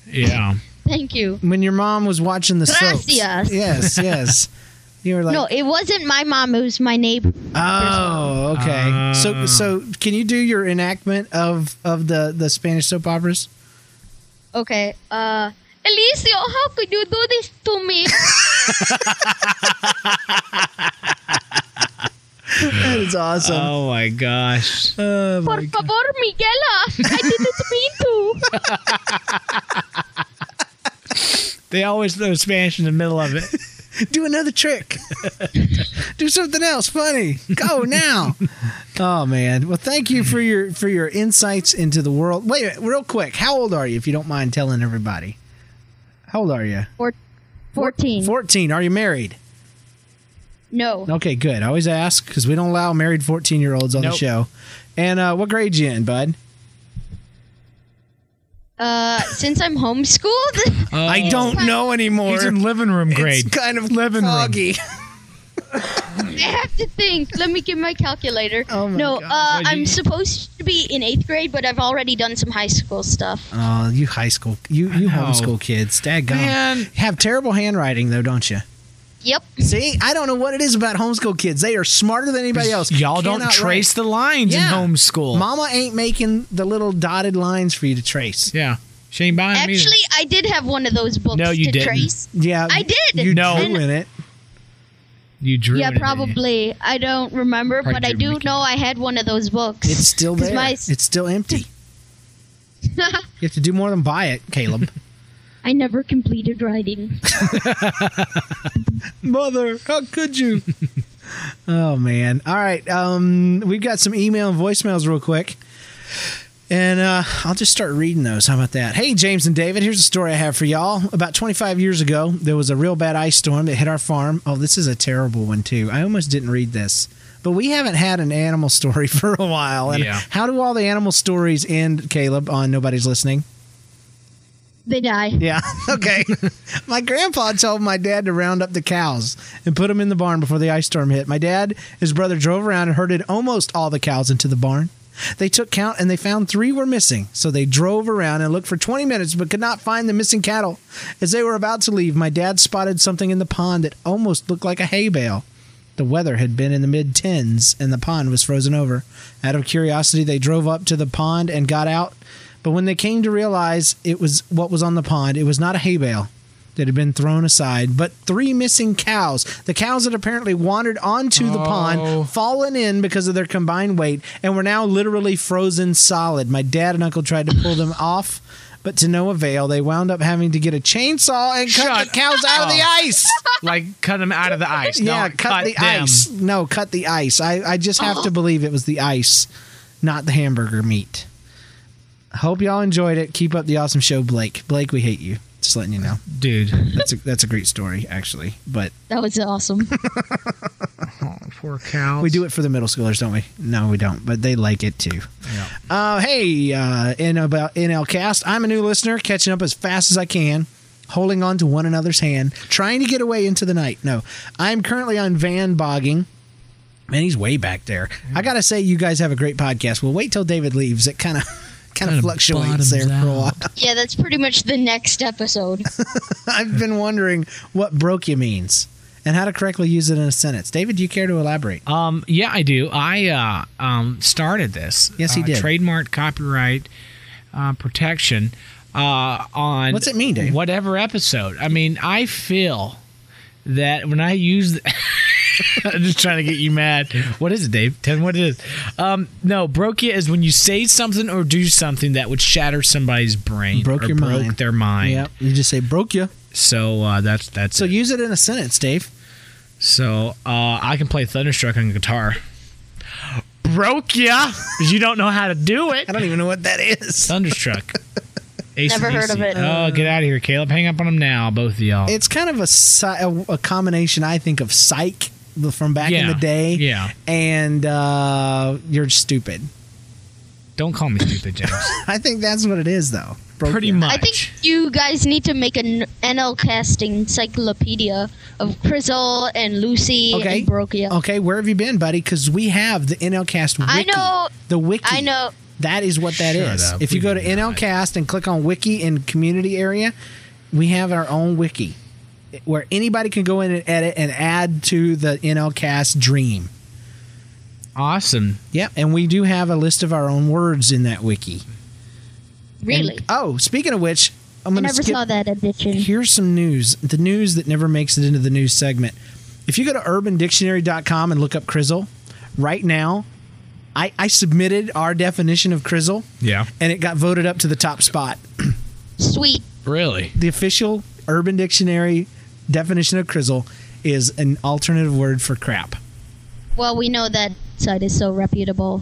Yeah.
thank you.
When your mom was watching the soaps.
Gracias.
Yes, yes. You were like,
no, it wasn't my mom. It was my neighbor.
oh, okay. so, so can you do your enactment of of the the Spanish soap operas?
Okay. Uh, Elicio, how could you do this to me?
That is awesome.
(laughs) Oh my gosh.
(laughs) Oh,
Por
my God.
favor, Miguela. I didn't mean
(laughs)
to.
They always throw Spanish in the middle of it.
do another trick. do something else funny. Go now. oh man. Well, thank you for your for your insights into the world. Wait, a minute, real quick. How old are you, if you don't mind telling everybody? How old are you?
Four- 14.
Fourteen. Are you married?
no.
Okay, good. I always ask because we don't allow married fourteen year olds on the
Nope.
show. And uh, what grade you in, bud?
Uh, since I'm homeschooled, (laughs)
I don't know anymore.
(laughs) Uh, He's in living room grade.
It's kind of foggy.
I have to think. Let me get my calculator.
Oh my
no,
God.
uh,
What'd you-
I'm supposed to be in eighth grade, but I've already done some high school stuff.
Oh, you high school, you you
I know.
homeschool kids, daggone.
Man.
Have terrible handwriting though, don't you?
Yep.
See, I don't know what it is about homeschool kids. They are smarter than anybody else.
Y'all don't
Cannot
trace the lines
Yeah.
in homeschool.
write. Mama ain't making the little dotted lines for you to trace.
yeah. She ain't buying me.
Actually, I did have one of those books
No, you
to
didn't.
trace.
Yeah,
I did.
You
No.
drew in it.
You drew it,
Yeah,
didn't you?
probably. I don't remember,
Probably
but I
drew
do
Mickey.
know I had one of those books.
It's still
(laughs) 'Cause
there.
my-
It's still
(laughs)
empty. You have to do more than buy it, Caleb.
I never completed writing.
Mother, how could you? (laughs) oh man. All right. Um we've got some email and voicemails real quick. And uh, I'll just start reading those. How about that? Hey, James and David, here's a story I have for y'all. About 25 years ago, there was a real bad ice storm that hit our farm. Oh, this is a terrible one, too. I almost didn't read this. But we haven't had an animal story (laughs) for a while. And
Yeah.
how do all the animal stories end, Caleb, on Nobody's Listening?
They die.
Yeah. (laughs) Okay. my grandpa told my dad to round up the cows and put them in the barn before the ice storm hit. My dad, his brother drove around and herded almost all the cows into the barn. They took count and they found three were missing. So they drove around and looked for 20 minutes but could not find the missing cattle. As they were about to leave, my dad spotted something in the pond that almost looked like a hay bale. The weather had been in the mid tens and the pond was frozen over. Out of curiosity, they drove up to the pond and got out. But when they came to realize it was what was on the pond, it was not a hay bale that had been thrown aside, but three missing cows. The cows had apparently wandered onto the
Oh.
pond, fallen in because of their combined weight, and were now literally frozen solid. My dad and uncle tried to
(laughs)
pull them off, but to no avail. They wound up having to get a chainsaw and cut
Shut
the cows out of the
up.
ice.
Like, cut them out of the ice.
Yeah,
Don't
cut, the
them. Uh-huh.
ice. No, cut the ice. I, I just have to believe it was the ice, not the hamburger meat. Hope y'all enjoyed it. Keep up the awesome show, Blake. Blake, we hate you. Just letting you know.
Dude.
That's a, that's a great story, actually. But
That was
(laughs)
awesome.
Poor cows.
we do it for the middle schoolers, don't we? No, we don't. But they like it too.
Yeah.
Uh, hey, uh, in about NL Cast, I'm a new listener, catching up as fast as I can, holding on to one another's hand, trying to get away into the night. No, I'm currently on van bogging. Man, he's way back there. I gotta say, you guys have a great podcast. We'll wait till David leaves. It (laughs) kind of kind
Kinda
of fluctuates
bottoms
there for a while. (laughs)
out.
yeah, that's pretty much the next episode.
I've been wondering what broke you means and how to correctly use it in a sentence. David, do you care to elaborate?
Um, yeah, I do. I uh, um, started this.
Yes, he
uh,
did.
Trademark copyright uh, protection uh, on
What's it mean, Dave?
Whatever episode. I mean, I feel that when I use. The- (laughs) I'm just trying to get you mad. What is it, Dave? Tell me what it is. Um, no, broke you is when you say something or do something that would shatter somebody's brain.
Broke
or
your
broke
mind.
their mind.
Yeah, you just say broke you.
So uh, that's that's
So
it.
use it in a sentence, Dave.
So uh, I can play Thunderstruck on guitar. Broke ya because you don't know how to do it.
I don't even know what that
Oh.
is.
Thunderstruck.
(laughs) Never heard of
AC/DC.
it.
Oh, get out of here, Caleb. Hang up on them now, both of y'all.
it's kind of a psy- a, a combination I think of psych the- from back in
Yeah,
the day
yeah.
and uh, you're stupid. (laughs)
don't call me stupid,
(laughs)
James.
I think that's what it is though. Broke
Pretty
you.
much.
I think you guys need to make an NL casting encyclopedia of Crizzle and Lucy
Okay. Oh,
and Brokia.
Okay, where have you been, buddy? Cuz we have the NLcast wiki.
I know-
The wiki.
I know.
That is what that is.
Shut up,
If you
we
go to
do not.
NLcast and click on wiki in community area, we have our own wiki. where anybody can go in and edit and add to the NLCast dream.
Awesome.
Yep. And we do have a list of our own words in that wiki.
Really?
Oh, speaking of which, I'm
I
going to
never
skip.
saw that edition.
Here's some news the news that never makes it into the news segment. If you go to urbandictionary.com and look up Crizzle, right now, I, I submitted our definition of Crizzle
Yeah.
and it got voted up to the top spot.
Sweet.
Really?
The official Urban Dictionary definition of Crizzle is an alternative word for crap.
Well, we know that site is
(laughs)
so reputable.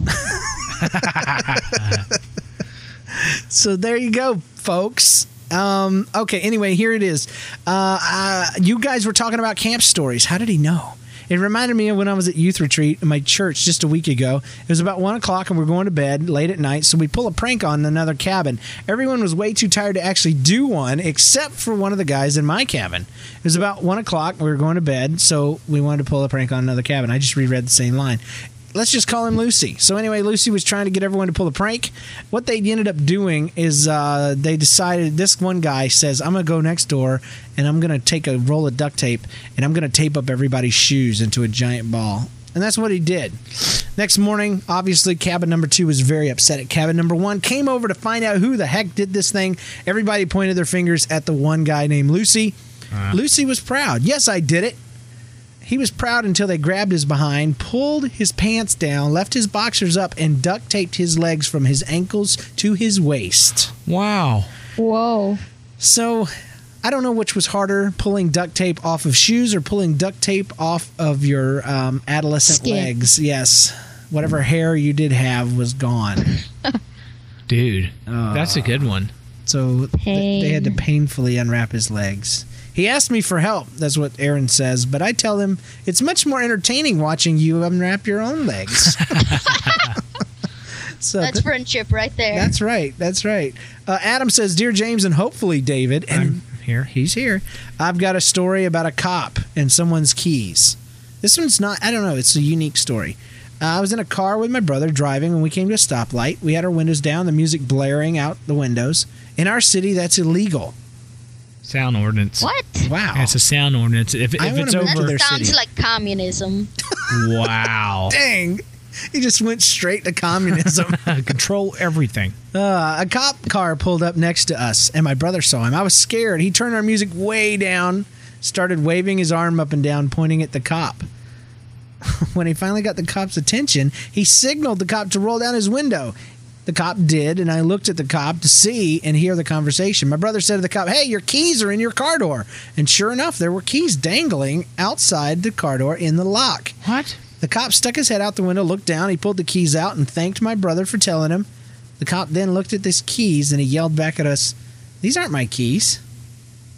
So there you go, folks. Um, okay, anyway, here it is. Uh, uh, you guys were talking about camp stories. How did he know? It reminded me of when I was at youth retreat in my church just a week ago. It was about one o'clock and we are going to bed late at night, so we pull a prank on another cabin. Everyone was way too tired to actually do one, except for one of the guys in my cabin. It was about one o'clock, we were going to bed, so we wanted to pull a prank on another cabin. I just reread the same line let's just call him Lucy. So anyway, Lucy was trying to get everyone to pull a prank. What they ended up doing is uh, they decided this one guy says, "I'm gonna go next door and I'm gonna take a roll of duct tape and I'm gonna tape up everybody's shoes into a giant ball." And that's what he did. Next morning, obviously, cabin number two was very upset at cabin number one. Came over to find out who the heck did this thing. Everybody pointed their fingers at the one guy named Lucy. Lucy was proud. Yes, I did it. He was proud until they grabbed his behind, pulled his pants down, left his boxers up, and duct taped his legs from his ankles to his waist.
Wow.
Whoa.
So, I don't know which was harder pulling duct tape off of shoes or pulling duct tape off of your um, adolescent
Skin.
legs. Yes. Whatever hair you did have was gone.
Dude,
Uh,
that's a good one.
So th- they had to
Pain.
painfully unwrap his legs. He asked me for help. That's what Aaron says, but I tell him it's much more entertaining watching you unwrap your own legs. (laughs) so
That's
th-
friendship right there.
that's right. That's right. Uh, Adam says, "Dear James, and hopefully David." And
Here.
he's here. I've got a story about a cop and someone's keys. This one's not, I don't know, it's a unique story. Uh, I was in a car with my brother driving when we came to a stoplight. We had our windows down, the music blaring out the windows. In our city, that's illegal.
Sound ordinance.
what?
Wow.
That's a sound ordinance. If, if
I wanna
it's
move
over,
their
That sounds
city.
like communism.
wow.
Dang. He just went straight to communism.
(laughs) Control everything.
Uh, a cop car pulled up next to us, and my brother saw him. I was scared. He turned our music way down, started waving his arm up and down, pointing at the cop. (laughs) when he finally got the cop's attention, he signaled the cop to roll down his window. The cop did, and I looked at the cop to see and hear the conversation. My brother said to the cop, Hey, your keys are in your car door. And sure enough, there were keys dangling outside the car door in the lock.
What?
The cop stuck his head out the window, looked down, he pulled the keys out, and thanked my brother for telling him. The cop then looked at his keys and he yelled back at us, These aren't my keys. (laughs)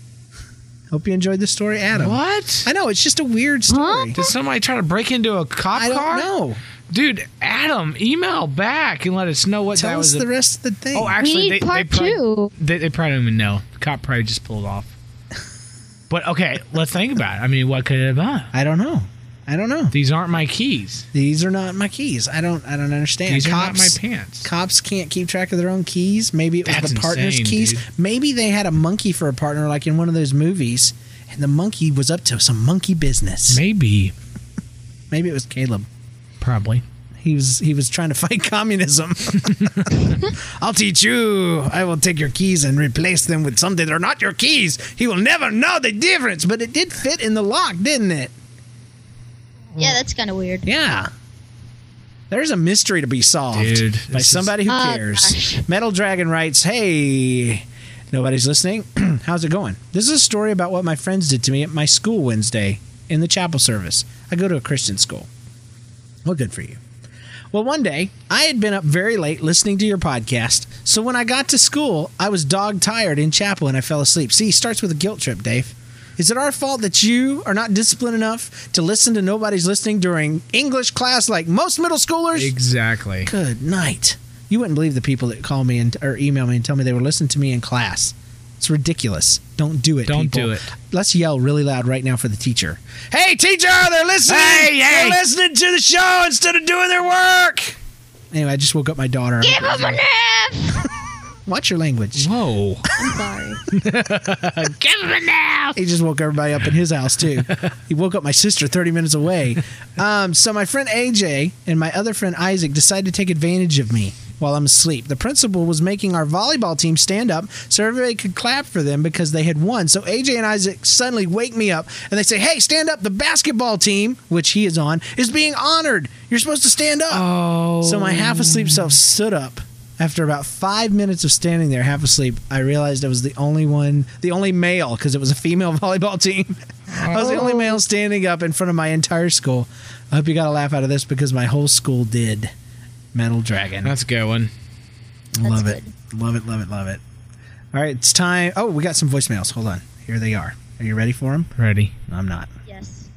Hope you enjoyed the story, Adam.
What?
I know, it's just a weird story.
Did somebody try to break into a cop
I don't
car?
know.
Dude, Adam, email back and let us know what that
Tell
was.
us the
a-
rest of the thing.
oh,
we
actually,
need
they,
part
they probably,
two.
They, they probably don't even know. The cop probably just pulled
(laughs)
off. But okay, let's think about it. I mean, what could it have been?
I don't know. I don't know.
These aren't my keys.
These are not my keys. I don't I don't understand.
These
cops,
are not my pants.
Cops can't keep track of their own keys. Maybe it was
That's
the partner's
insane,
keys.
dude.
Maybe they had a monkey for a partner, like in one of those movies, and the monkey was up to some monkey business.
Maybe.
Maybe it was Caleb.
Probably.
He was he was trying to (laughs) fight communism. I'll teach you. I will take your keys and replace them with something that are not your keys. He will never know the difference. But it did fit in the lock, didn't it?
Yeah, that's kind of weird.
Yeah. There's a mystery to be solved
Dude,
by
this is-
somebody who
Oh,
cares.
gosh.
Metal Dragon writes, "Hey, nobody's listening. (clears throat) How's it going? This is a story about what my friends did to me at my school Wednesday in the chapel service. I go to a Christian school. Well, good for you. Well, one day I had been up very late listening to your podcast, so when I got to school, I was dog tired in chapel and I fell asleep. See, it starts with a guilt trip, Dave. Is it our fault that you are not disciplined enough to listen to nobody's listening during English class like most middle schoolers?
Exactly.
Good night. You wouldn't believe the people that call me and or email me and tell me they were listening to me in class. It's ridiculous. Don't do it.
Don't
people.
do it.
Let's yell really loud right now for the teacher. Hey, teacher, they're listening.
Hey, hey.
They're listening to the show
(laughs)
instead of doing their work. Anyway, I just woke up my daughter.
Give him an F!
Watch your language.
Whoa.
I'm sorry.
Give it now.
He just woke everybody up in his house too. he woke up my sister 30 minutes away. Um, so my friend AJ and my other friend Isaac decided to take advantage of me while I'm asleep. The principal was making our volleyball team stand up so everybody could clap for them because they had won. So AJ and Isaac suddenly wake me up and they say, "Hey, stand up! The basketball team, which he is on, is being honored. You're supposed to stand up."
Oh.
So my half asleep self stood up. After about five minutes of standing there, half asleep, I realized I was the only one, the only male, because it was a female (laughs) volleyball team. I was the only
Oh.
male standing up in front of my entire school. I hope you got a laugh out of this because my whole school did. Metal Dragon.
That's a good one.
love it. Love it, love it, love it. All right, it's time. Oh, we got some voicemails. Hold on. Here they are. Are you ready for them?
Ready.
I'm not.
Yes.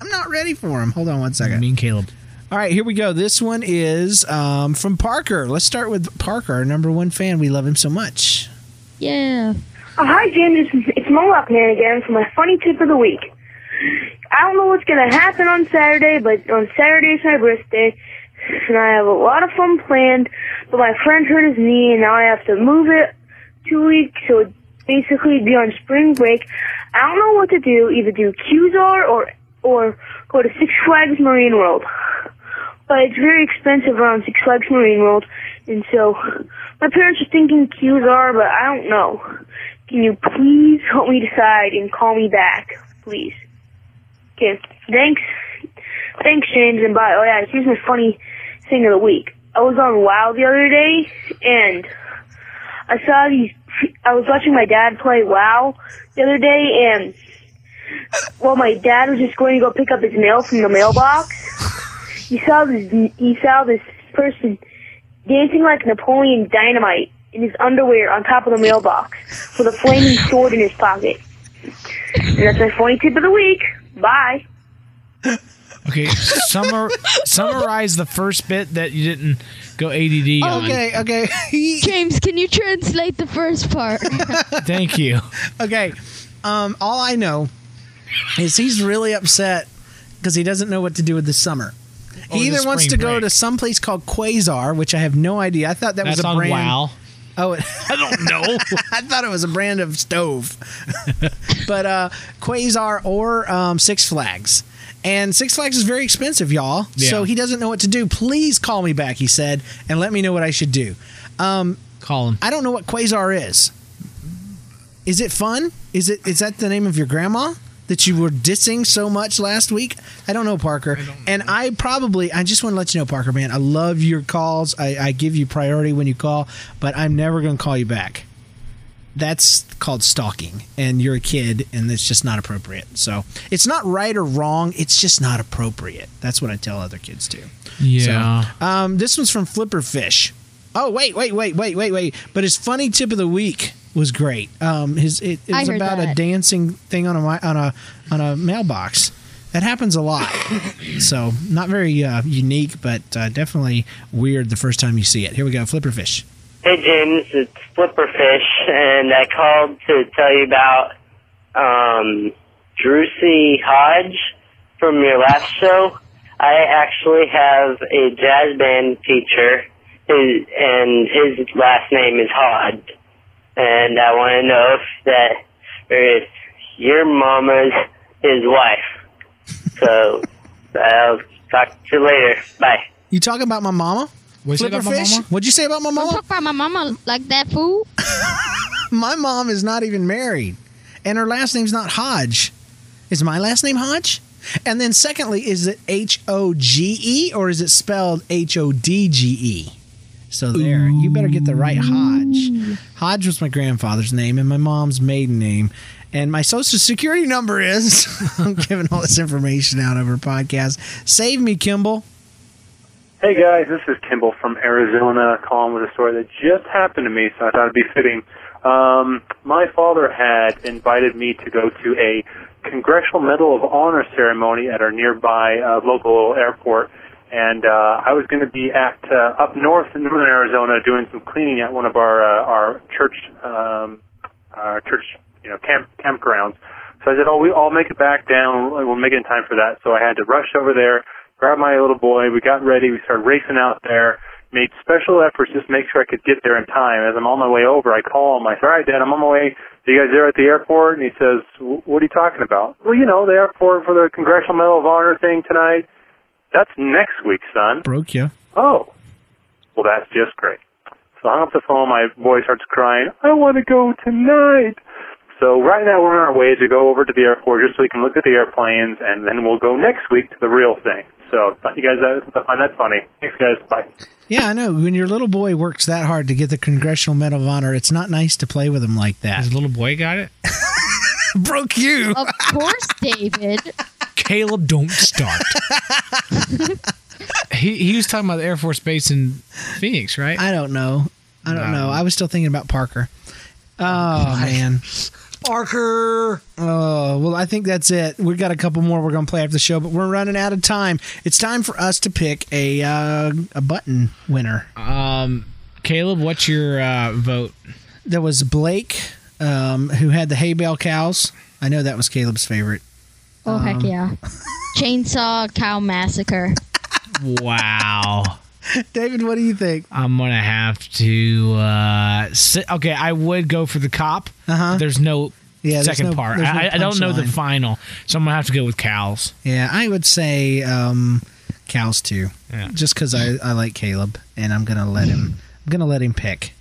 I'm not ready for them. Hold on one second.
Me and Caleb.
All right, here we go. This one is um, from Parker. Let's start with Parker, our number one fan. We love him so much.
Yeah.
Oh, hi, Jim. This is, it's Mo Lockman again for my funny tip of the week. I don't know what's going to happen on Saturday, but on Saturday is my birthday, and I have a lot of fun planned, but my friend hurt his knee, and now I have to move it two weeks, so it basically be on spring break. I don't know what to do, either do QSR or, or go to Six Flags Marine World. But it's very expensive around Six Flags Marine World, and so my parents are thinking QSR, but I don't know. Can you please help me decide and call me back, please? Okay, thanks. Thanks, James, and bye. Oh, yeah, here's my funny thing of the week. I was on WoW the other day, and I saw these. I was watching my dad play WoW the other day, and well, my dad was just going to go pick up his mail from the mailbox. He saw this. He saw this person dancing like Napoleon Dynamite in his underwear on top of the mailbox with a flaming sword in his pocket. And that's my funny tip of the week. Bye.
Okay.
(laughs)
Summar, summarize the first bit that you didn't go ADD on.
Okay, okay. (laughs) He-
James, can you translate the first (laughs) part?
Thank you.
okay. Um, all I know is he's really upset because he doesn't know what to do with this summer.
Or
he
the
either wants to
spring
go
break.
to some place called Quasar, which I have no idea. I thought that
That's
was a
on
brand.
WoW.
Oh, (laughs) it,
I don't know.
(laughs) I thought it was a brand of stove, (laughs) but uh, Quasar or um, Six Flags. And Six Flags is very expensive, y'all.
Yeah.
So he doesn't know what to do. Please call me back, he said, and let me know what I should do.
(laughs) Call him.
I don't know what Quasar is. Is it fun? Is it is that the name of your grandma that you were dissing so much last week? I don't know, Parker. And I probably I just want to let you know, Parker, man, I love your calls. I, I give you priority when you call, but I'm never gonna call you back. That's called stalking, and you're a kid, and it's just not appropriate. So it's not right or wrong. It's just not appropriate. That's what I tell other kids too.
Yeah.
So, um, this one's from Flipperfish. Oh wait, wait, wait, wait, wait, wait! But his funny tip of the week was great. Um, his it, it
I
was
heard
about a
that.
dancing thing on a mi- on a on a mailbox. That happens a
(laughs)
lot, so not very uh, unique, but uh, definitely weird the first time you see it. Here we go, Flipperfish.
Hey James, it's Flipperfish, and I called to tell you about um, Drusy Hodge from your last show. I actually have a jazz band teacher, his, and his last name is Hodge. And I want to know if that or if your mama's his wife. So I'll talk to you later. Bye.
You talking about my mama?
Was it about my
Flipperfish?
mama?
What'd you say about my
Don't
mama?
talk about my mama like that, fool.
My mom is not even married, and her last name's not Hodge. Is my last name Hodge? And then, secondly, is it H O G E or is it spelled H O D G E? So there, you better get the right Hodge. Hodge was my grandfather's name and my mom's maiden name, and my social security number is. (laughs) I'm giving all this information out over podcast. Save me, Kimball.
Hey guys, this is Kimball from Arizona calling with a story that just happened to me, so I thought it'd be fitting. Um, my father had invited me to go to a Congressional Medal of Honor ceremony at our nearby uh, local airport, and uh, I was going to be at uh, up north in northern Arizona doing some cleaning at one of our uh, our church um, our church you know camp campgrounds. So I said, "Oh, we I'll make it back down. We'll make it in time for that." So I had to rush over there, grab my little boy. We got ready. We started racing out there. made special efforts just to make sure I could get there in time. As I'm on my way over, I call him. I say, all right, Dad, I'm on my way. Are you guys there at the airport? And he says, "Wh- what are you talking about? Well, you know, the airport for the Congressional Medal of Honor thing tonight. That's next week, son.
Broke you.
Oh, well, that's just great. So I hung up the phone. My boy starts crying. I want to go tonight. So right now we're on our way to go over to the airport just so we can look at the airplanes, and then we'll go next week to the real thing. So thought you guys I find that funny. Thanks, guys. Bye.
Yeah, I know. When your little boy works that hard to get the Congressional Medal of Honor, it's not nice to play with him like that.
His little boy got it.
Broke you.
Of course, David.
Caleb, don't
(laughs)
start. he he was talking about the Air Force Base in Phoenix, right?
I don't know. I don't
No.
know. I was still thinking about Parker. Oh man.
Parker.
Oh, well, I think that's it. We've got a couple more we're going to play after the show, but we're running out of time. It's time for us to pick a uh, a button winner.
Um, Caleb, what's your uh, vote?
There was Blake, um, who had the hay bale cows. I know that was Caleb's favorite.
Oh
Um,
heck yeah! Chainsaw Cow Massacre.
Wow.
David, what do you think?
I'm gonna have to. Uh, si okay, I would go for the cop.
Uh-huh.
There's no
Yeah, there's
second
no-
part.
there's no
I, I don't know the
punchline.
final, so I'm gonna have to go with cows.
Yeah, I would say um, cows too.
Yeah.
Just because I, I like Caleb, and I'm gonna let him. I'm gonna let him pick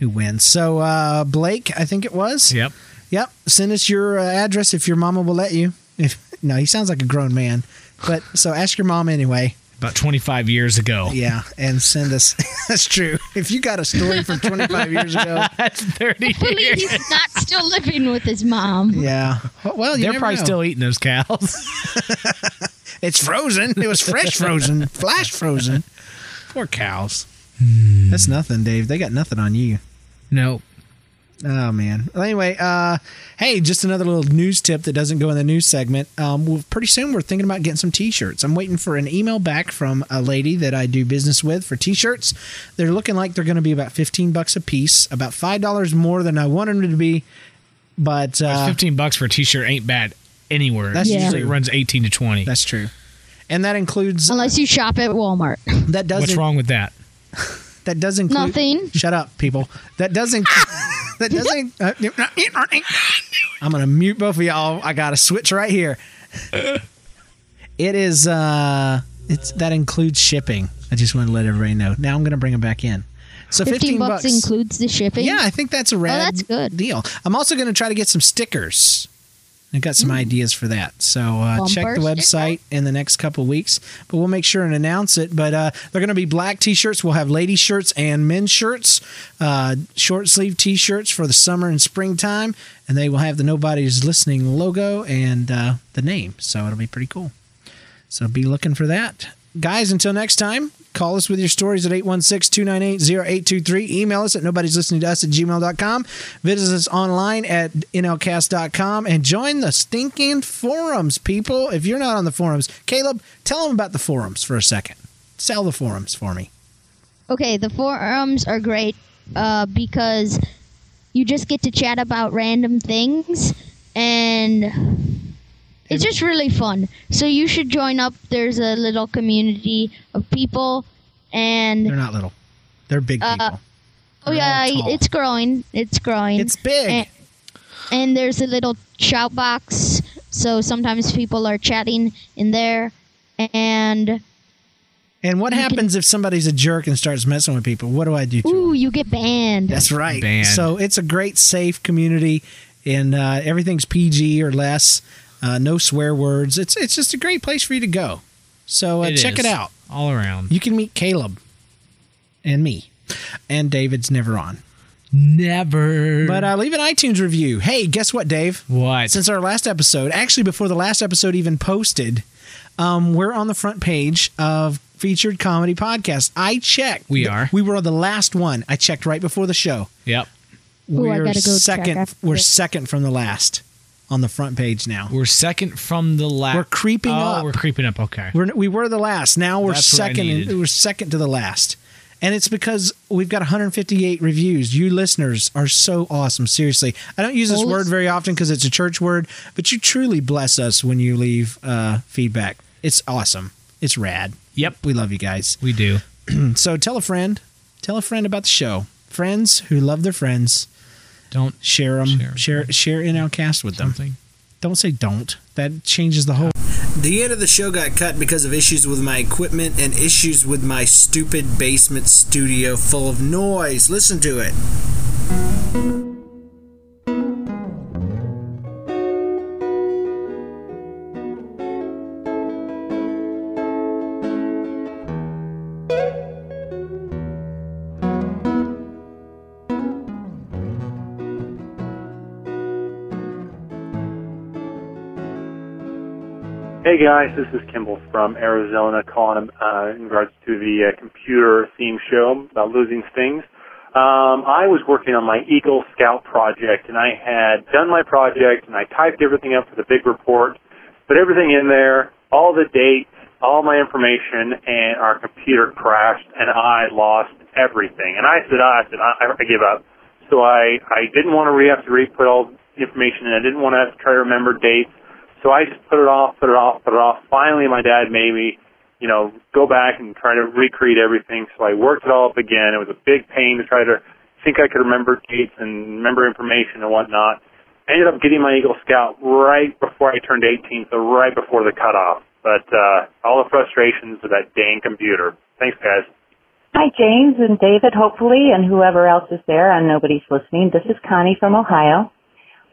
who wins. So uh, Blake, I think it was.
Yep.
Yep. Send us your uh, address if your mama will let you. If (laughs) no, he sounds like a grown man, but so ask your mom anyway.
About 25 years ago.
Yeah, and send us. (laughs) that's true. If you got a story from 25 years ago,
That's 30
Believe
years.
he's not still living with his mom.
yeah. Well, you
They're
never
probably
know.
still eating those cows. (laughs)
It's frozen. It was fresh frozen, flash frozen. Poor cows. That's nothing, Dave. They got nothing on you.
no.
Oh man. Well, anyway, uh, hey, just another little news tip that doesn't go in the news segment. Um, well, pretty soon we're thinking about getting some T-shirts. I'm waiting for an email back from a lady that I do business with for T-shirts. They're looking like they're going to be about 15 bucks a piece, about five dollars more than I wanted them to be. But uh,
15 bucks for a t-shirt ain't bad anywhere.
That's
Yeah.
usually it runs 18 to 20.
that's true, and that includes
Unless you shop at Walmart.
that does
What's
in-
wrong with that?
that does include
Nothing.
Shut up, people. That doesn't. that doesn't. uh, I'm gonna mute both of y'all. I got a switch right here. It is. uh It's that includes shipping. I just want to let everybody know. Now I'm gonna bring them back in. So
15,
fifteen,
bucks, includes the shipping.
yeah, I think that's a rad
Oh, that's good.
deal. I'm also going to try to get some stickers. I've got
Hmm.
some ideas for that. So uh,
Bumper
check the website in the next couple weeks, but we'll make sure and announce it. But uh, they're going to be black t shirts. We'll have lady shirts and men's shirts, uh, short sleeve t shirts for the summer and springtime. And they will have the Nobody's Listening logo and uh, the name. So it'll be pretty cool. So be looking for that. Guys, until next time, call us with your stories at 816-298-0823. Email us at nobody's listening to us at gmail.com. Visit us online at nlcast.com and join the stinking forums, people. If you're not on the forums, Caleb, tell them about the forums for a second. Sell the forums for me.
Okay, the forums are great uh, because you just get to chat about random things and it's just really fun. So you should join up. There's a little community of people
They're
and
not little. They're big
Uh,
people.
oh yeah,
all tall.
it's growing. It's growing.
It's big.
And, and there's a little shout box, so sometimes people are chatting in there and
and what happens if somebody's a jerk and starts messing with people? What do I do to 'em?
ooh, you get banned.
That's right.
Banned.
So it's a great safe community, and uh, everything's PG or less. Uh, no swear words. It's it's just a great place for you to go. So uh,
It
check
is.
it out.
All around.
You can meet Caleb and me, and David's never on.
Never.
But uh, leave an iTunes review. Hey, guess what, Dave?
Hmm. what?
Since our last episode, actually before the last episode even posted, um, we're on the front page of featured comedy podcast. I checked.
We are.
We were the last one. I checked right before the show
yep.
Ooh, I
we're
gotta go check
second.
after
We're
this.
second from the last on the front page now.
We're second from the last.
We're creeping
oh,
up.
We're creeping up. Okay.
We're, we were the last. Now we're
That's what I
second.
needed.
We're second to the last, and it's because we've got 158 reviews. You listeners are so awesome. Seriously, I don't use this
Always.
word very often because it's a church word, but you truly bless us when you leave uh, feedback. It's awesome. It's rad.
Yep.
We love you guys.
we do.
so tell a friend, tell a friend about the show. Friends who love their friends,
Don't
share them,
Share.
share share, in our cast with them.
something.
Don't say don't. That changes the whole. The end of the show got cut because of issues with my equipment and issues with my stupid basement studio full of noise. Listen to it.
Hey guys, this is Kimball from Arizona calling uh, in regards to the uh, computer theme show about losing things. Um, I was working on my Eagle Scout project and I had done my project and I typed everything up for the big report, put everything in there, all the dates, all my information, and our computer crashed and I lost everything. And I said, "Ah," I said, I, I give up. So I, I didn't want to re- have to re-put all the information in. I didn't want to have to try to remember dates. So I just put it off, put it off, put it off. Finally, my dad made me, you know, go back and try to recreate everything. So I worked it all up again. It was a big pain to try to think I could remember dates and remember information and whatnot. I ended up getting my Eagle Scout right before I turned 18, so right before the cutoff. But uh, all the frustrations of that dang computer. Thanks, guys.
Hi, James and David, hopefully, and whoever else is there, and nobody's listening. This is Connie from Ohio.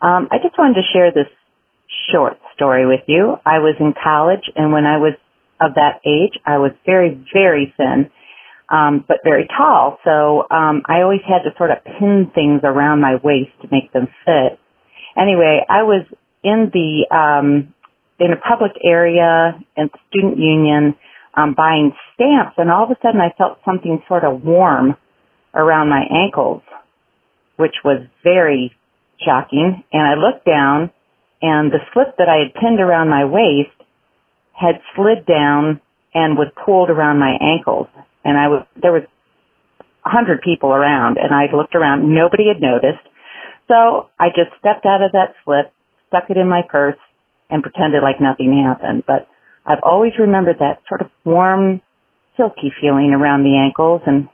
Um, I just wanted to share this short story with you. I was in college, and when I was of that age, I was very, very thin, um, but very tall. So um, I always had to sort of pin things around my waist to make them fit. Anyway, I was in the um, in a public area and student union um, buying stamps, and all of a sudden I felt something sort of warm around my ankles, which was very shocking. And I looked down, and the slip that I had pinned around my waist had slid down and was pulled around my ankles. And I was there was a hundred people around, and I looked around. Nobody had noticed, so I just stepped out of that slip, stuck it in my purse, and pretended like nothing happened. But I've always remembered that sort of warm, silky feeling around the ankles and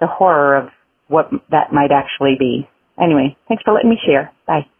the horror of what that might actually be. Anyway, thanks for letting me share. Bye.